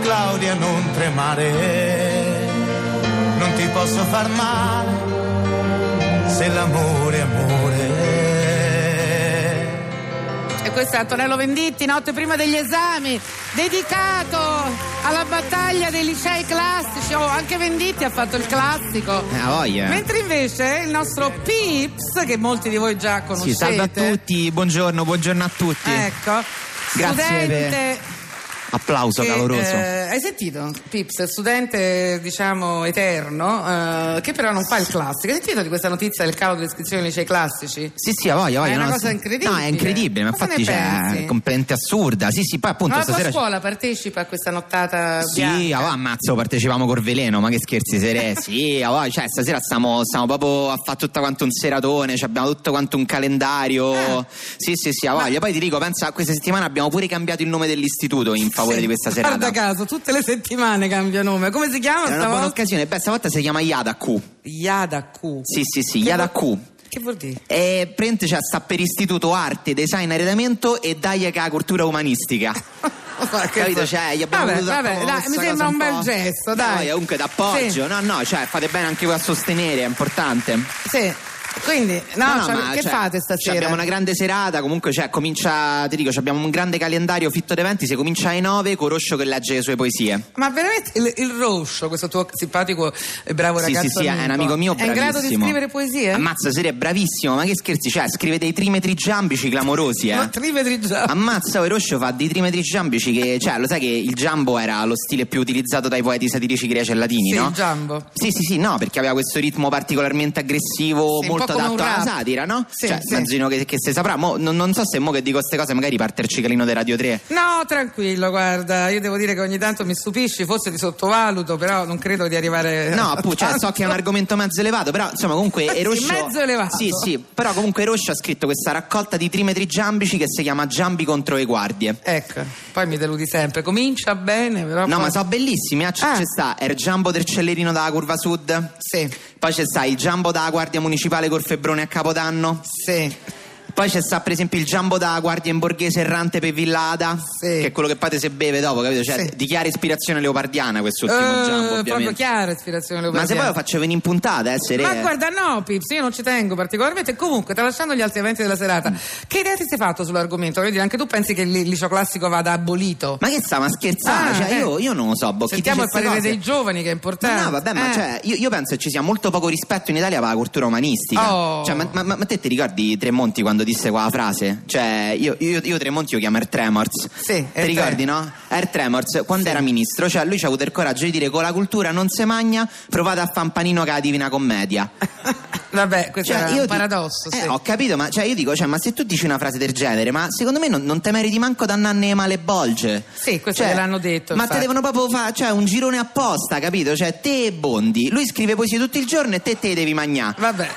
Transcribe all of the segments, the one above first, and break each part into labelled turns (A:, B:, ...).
A: Claudia non tremare, non ti posso far male se l'amore è amore.
B: E questo è Antonello Venditti, notte prima degli esami, dedicato alla battaglia dei licei classici. Oh, anche Venditti ha fatto il classico.
C: Ah, voglia.
B: Mentre invece il nostro Pips, che molti di voi già
C: Sì,
B: conoscete.
C: salve a tutti, buongiorno, buongiorno a tutti.
B: Ecco.
C: Grazie
B: studente
C: Applauso
B: che,
C: caloroso.
B: eh, hai sentito Pips, studente diciamo eterno, eh, che però non fa il classico. Hai sentito di questa notizia del calo delle iscrizioni ai licei classici?
C: Sì, sì, a voglia, a voglia.
B: È una
C: no,
B: cosa
C: sì.
B: incredibile.
C: No, è incredibile, ma
B: Cosa
C: infatti
B: ne pensi?
C: c'è è completamente assurda. Sì, sì, poi appunto
B: Ma la tua
C: stasera.
B: scuola partecipa a questa nottata
C: Sì,
B: bianca?
C: ah, va, ammazzo, partecipavamo col veleno, ma che scherzi sere. sì, ah, va, cioè stasera stiamo, stiamo proprio a fare tutto quanto un seratone, cioè, abbiamo tutto quanto un calendario.
B: Ah.
C: Sì, sì, sì, ah, voglia. Poi ti dico, pensa, questa settimana abbiamo pure cambiato il nome dell'istituto in favore
B: Sì,
C: di questa serata.
B: Guarda caso, tutte le settimane cambia nome. Come si chiama
C: Era una buona
B: stavolta?
C: occasione, beh, stavolta si chiama Yada Q.
B: Yada Q.
C: Sì, sì, sì,
B: Che
C: Yada
B: vuol-
C: Q.
B: Che vuol dire?
C: E prende, cioè, sta per istituto arte, design, arredamento e dai che ha la cultura umanistica. Capito? Cioè, gli abbiamo
B: vabbè,
C: voluto
B: vabbè,
C: fare
B: dai,
C: questa
B: mi
C: cosa
B: sembra un bel
C: po'-
B: gesto,
C: No,
B: dai.
C: è comunque d'appoggio,
B: Sì,
C: no, no, cioè fate bene anche voi a sostenere, è importante.
B: sì. Quindi, no, cioè,
C: ma,
B: che
C: cioè,
B: fate
C: cioè,
B: stasera?
C: abbiamo una grande serata, comunque cioè, comincia, ti dico, cioè, abbiamo un grande calendario fitto d'eventi, se comincia alle 9, Coroscio che legge le sue poesie.
B: Ma veramente il, il Roscio, questo tuo simpatico e bravo
C: sì,
B: ragazzo
C: sì, sì, è un amico mio
B: È in grado di
C: bravissimo.
B: scrivere poesie?
C: Ammazza, serio, è bravissimo, ma che scherzi, cioè, scrive dei trimetri giambici clamorosi, eh.
B: Ma trimetri già.
C: Ammazza, Oroscio fa dei trimetri giambici che, cioè, lo sai che il giambo era lo stile più utilizzato dai poeti satirici greci e latini,
B: Sì,
C: no?
B: il giambo.
C: Sì, sì, sì, no, perché aveva questo ritmo particolarmente aggressivo,
B: Sì, un po'
C: molto
B: come
C: adatto
B: un
C: alla
B: rap.
C: satira, no?
B: Sì,
C: cioè,
B: sì.
C: immagino che, che se saprà, mo, non, non so se mo che dico queste cose magari parte il ciclino di Radio 3.
B: No, tranquillo, guarda, io devo dire che ogni tanto mi stupisci, forse ti sottovaluto, però non credo di arrivare Ah,
C: No,
B: a
C: appunto, cioè, so
B: tanto.
C: che è un argomento mezzo elevato, però insomma comunque
B: Sì,
C: Eroscio...
B: mezzo elevato.
C: Sì, sì, però comunque Eroscio ha scritto questa raccolta di trimetri giambici che si chiama Giambi contro le guardie.
B: Ecco, poi mi deludi sempre. Comincia bene, però
C: No,
B: poi-
C: ma sono bellissimi, ah, c-
B: Ah.
C: c'è sta, è il giambo del cellerino dalla curva sud.
B: Sì,
C: Poi c'è sta il giambo da guardia municipale col febbrone a Capodanno.
B: sì.
C: Poi c'è sta per esempio il giambo da guardia in borghese errante per Villada,
B: Sì.
C: che è quello che fate se beve dopo, capito? Cioè,
B: Sì.
C: di chiara ispirazione leopardiana quest'ultimo
B: Eh,
C: giambo,
B: proprio
C: ovviamente.
B: chiara ispirazione
C: Ma se
B: leopardiana.
C: poi lo faccio venire in puntata, eh, se
B: Ma
C: re-
B: guarda, no, Pips, io non ci tengo particolarmente. Comunque, tralasciando gli altri eventi della serata,
C: Mm.
B: che idea ti sei fatto sull'argomento? Voglio dire, anche tu pensi che il liceo classico vada abolito?
C: Ma che stiamo a scherzare?
B: Ah,
C: cioè,
B: eh.
C: io, io non lo so, Bocchi.
B: Sentiamo il
C: dice
B: parere
C: queste
B: dei
C: cose.
B: giovani, che è importante.
C: No, no, vabbè, ma
B: Eh.
C: cioè, io, io penso che ci sia molto poco rispetto in Italia per la cultura umanistica.
B: Oh.
C: Cioè, ma, ma- ma te ti ricordi Tremonti quando disse quella frase? Cioè, io, io, io Tremonti lo chiamo Air Tremors.
B: Sì, eh, cioè, Air
C: Ti
B: Trem-
C: ricordi, no? Air Tremors, quando era ministro, cioè, lui ci ha avuto il coraggio di dire con la cultura non si magna, provate a fare un panino che è la divina commedia.
B: Vabbè, questo
C: Cioè,
B: è
C: io
B: un
C: ti-
B: paradosso.
C: Eh,
B: sì.
C: ho capito, ma cioè, io dico, cioè, ma se tu dici una frase del genere, ma secondo me non, non te meriti manco da nanne e male bolge.
B: Sì, questo gliel'hanno detto,
C: Cioè, Ma
B: infatti.
C: te devono proprio fare, cioè, un girone apposta, capito? Cioè, te e Bondi, lui scrive poesie tutto il giorno e te te le devi magnare.
B: Vabbè.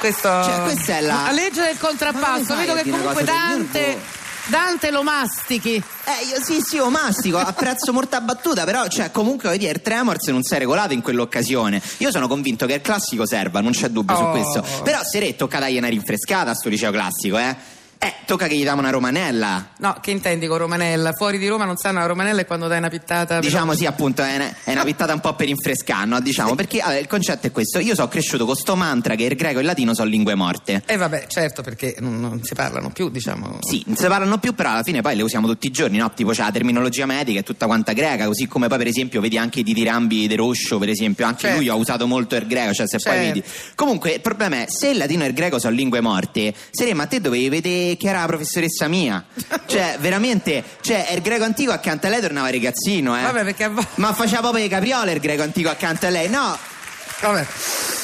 B: Questo
C: Cioè, questa è la-
B: Ma legge del
C: Ma come
B: contrappasso,
C: fai
B: vedo
C: a
B: che
C: dire una
B: comunque
C: cosa del
B: Dante,
C: nervo?
B: Dante lo mastichi.
C: Eh, io sì, sì, io mastico, a prezzo morta battuta, però, cioè, comunque, voglio dire, il Tremors non si è regolato in quell'occasione. Io sono convinto che il classico serva, non c'è dubbio su
B: Oh.
C: questo. Però, se re, tocca dargli una rinfrescata a sto liceo classico, eh. Eh, tocca che gli diamo una romanella.
B: No, che intendi con Romanella? Fuori di Roma non sanno la Romanella è quando dai una pittata.
C: Diciamo sì, appunto, è una, è una pittata un po' per infrescare, no? Diciamo, perché allora, il concetto è questo. Io sono cresciuto con sto mantra che il greco e il latino sono lingue morte.
B: E vabbè, certo, perché non, non si parlano più, diciamo.
C: Sì, non si parlano più, però alla fine poi le usiamo tutti i giorni, no? Tipo c'è la terminologia medica è tutta quanta greca, così come poi per esempio vedi anche i ditirambi de Roscio, per esempio, anche
B: Certo.
C: lui ha usato molto il greco, cioè se
B: Certo.
C: poi vedi. Comunque il problema è, se il latino e il greco sono lingue morte, Sere, ma te dovevi vedere chi era la professoressa mia? Cioè, veramente, cioè, il greco antico accanto a lei tornava ragazzino, eh.
B: Vabbè, perché a volte.
C: Ma faceva proprio le capriole il greco antico accanto a lei, no?
B: vabbè,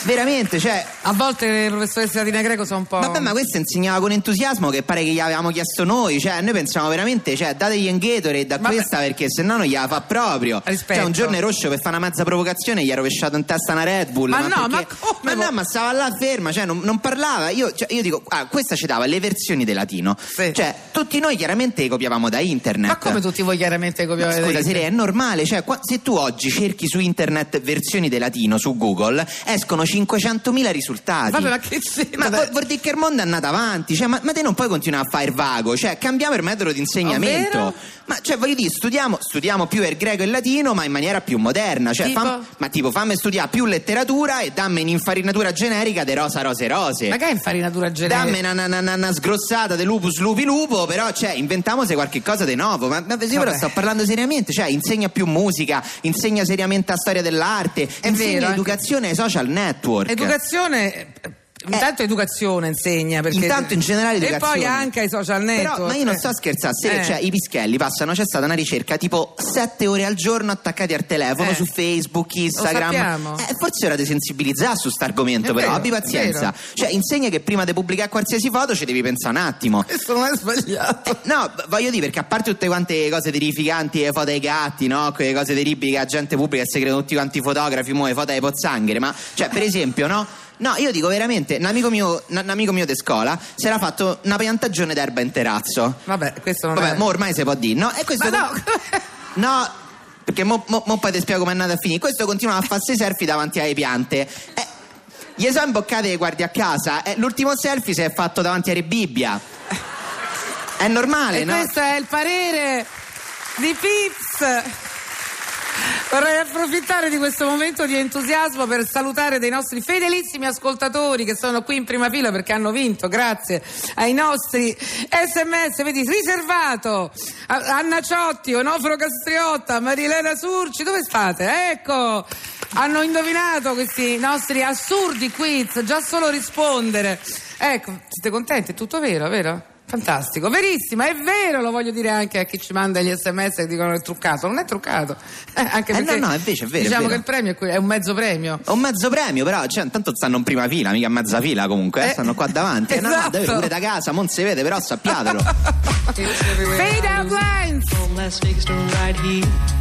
C: Veramente, cioè.
B: A volte le professoresse latina e greco sono un po'.
C: Vabbè, ma questo insegnava con entusiasmo che pare che gli avevamo chiesto noi, cioè noi pensavamo veramente, cioè dategli un Gatorade da
B: Vabbè.
C: questa perché se no non gliela fa proprio.
B: Rispetto.
C: Cioè un giorno è Roscio per fare una mezza provocazione gli ha rovesciato in testa una Red Bull.
B: Ma no,
C: perché-
B: ma come?
C: Ma no, ma stava là ferma, cioè non, non parlava. Io, cioè, io dico, ah, questa ci dava le versioni del latino.
B: Sì.
C: Cioè tutti noi chiaramente le copiavamo da internet.
B: Ma come tutti voi chiaramente
C: Ma
B: copiavate?
C: Scusa,
B: dai-
C: Sire, è normale. Cioè, qua- se tu oggi cerchi su internet versioni del latino su Google, escono 500.000 risultati.
B: Vabbè, ma che c'è?
C: Ma
B: Vabbè.
C: vuol- vuol dire che il mondo è andato avanti, cioè, ma, ma te non puoi continuare a fare il vago, cioè cambiamo il metodo di insegnamento.
B: Ovvero?
C: Ma cioè voglio dire, studiamo, studiamo più il greco e il latino, ma in maniera più moderna. Cioè,
B: Tipo?
C: fam- ma tipo fammi studiare più letteratura e dammi un'infarinatura generica di rosa rose rose.
B: Ma che è infarinatura generica?
C: Dammi una, una- una- una sgrossata di lupus lupi lupo, però cioè, inventiamose qualche cosa di nuovo. Ma, ma io però
B: Vabbè.
C: sto parlando seriamente, cioè insegna più musica, insegna seriamente la storia dell'arte, insegna
B: vero, eh.
C: educazione ai social network.
B: Educazione. eh, Intanto educazione insegna perché
C: Intanto in generale
B: e
C: educazione.
B: poi anche ai social network.
C: Però, ma io non sto
B: Eh.
C: scherzando, se,
B: Eh.
C: cioè, i pischelli passano, c'è stata una ricerca tipo 7 ore al giorno attaccati al telefono
B: Eh.
C: su Facebook,
B: sappiamo.
C: Instagram. Eh, forse è ora di sensibilizzare su sta argomento,
B: È
C: però
B: vero,
C: abbi pazienza.
B: è
C: Cioè, insegna che prima di pubblicare qualsiasi foto ci devi pensare un attimo.
B: Questo non è sbagliato.
C: No, b- voglio dire, perché a parte tutte quante cose terrificanti, le foto ai gatti, no? Quelle cose terribili che la gente pubblica e si credono tutti quanti fotografi, mo, le foto ai pozzanghere, ma, cioè, per esempio, no? No, io dico veramente, un amico mio, un amico mio di scuola si era fatto una piantagione d'erba in terrazzo.
B: Vabbè, questo non
C: Vabbè,
B: è.
C: mo ormai si può dire, no? E questo
B: Ma no,
C: No, perché mo, mo- mo poi ti spiego come è andata a finire. Questo continua a fare sei selfie davanti alle piante. Eh, gli sono imboccate le guardie a casa. Eh, l'ultimo selfie si è fatto davanti a Re Bibbia. È normale,
B: e
C: no?
B: questo è il parere di Pips. Vorrei approfittare di questo momento di entusiasmo per salutare dei nostri fedelissimi ascoltatori che sono qui in prima fila perché hanno vinto, grazie ai nostri sms, vedi, riservato, A- Anna Ciotti, Onofro Castriotta, Marilena Surci, dove state? Ecco, hanno indovinato questi nostri assurdi quiz, già solo rispondere. Ecco, siete contenti? È tutto vero, vero? Fantastico, verissimo, è vero, lo voglio dire anche a chi ci manda gli sms che dicono è truccato, non è truccato. Eh, anche
C: Eh,
B: perché
C: no, no, invece è vero, è
B: Diciamo
C: vero.
B: che il premio è, que- è un mezzo premio.
C: Ho un mezzo premio, però, cioè, intanto stanno in prima fila, mica a mezza fila comunque, eh,
B: Eh,
C: stanno qua davanti. Eh, No, no,
B: esatto.
C: davvero, pure da casa, non si vede, però sappiatelo.
B: Fade out lines!
D: From Las Vegas to right here.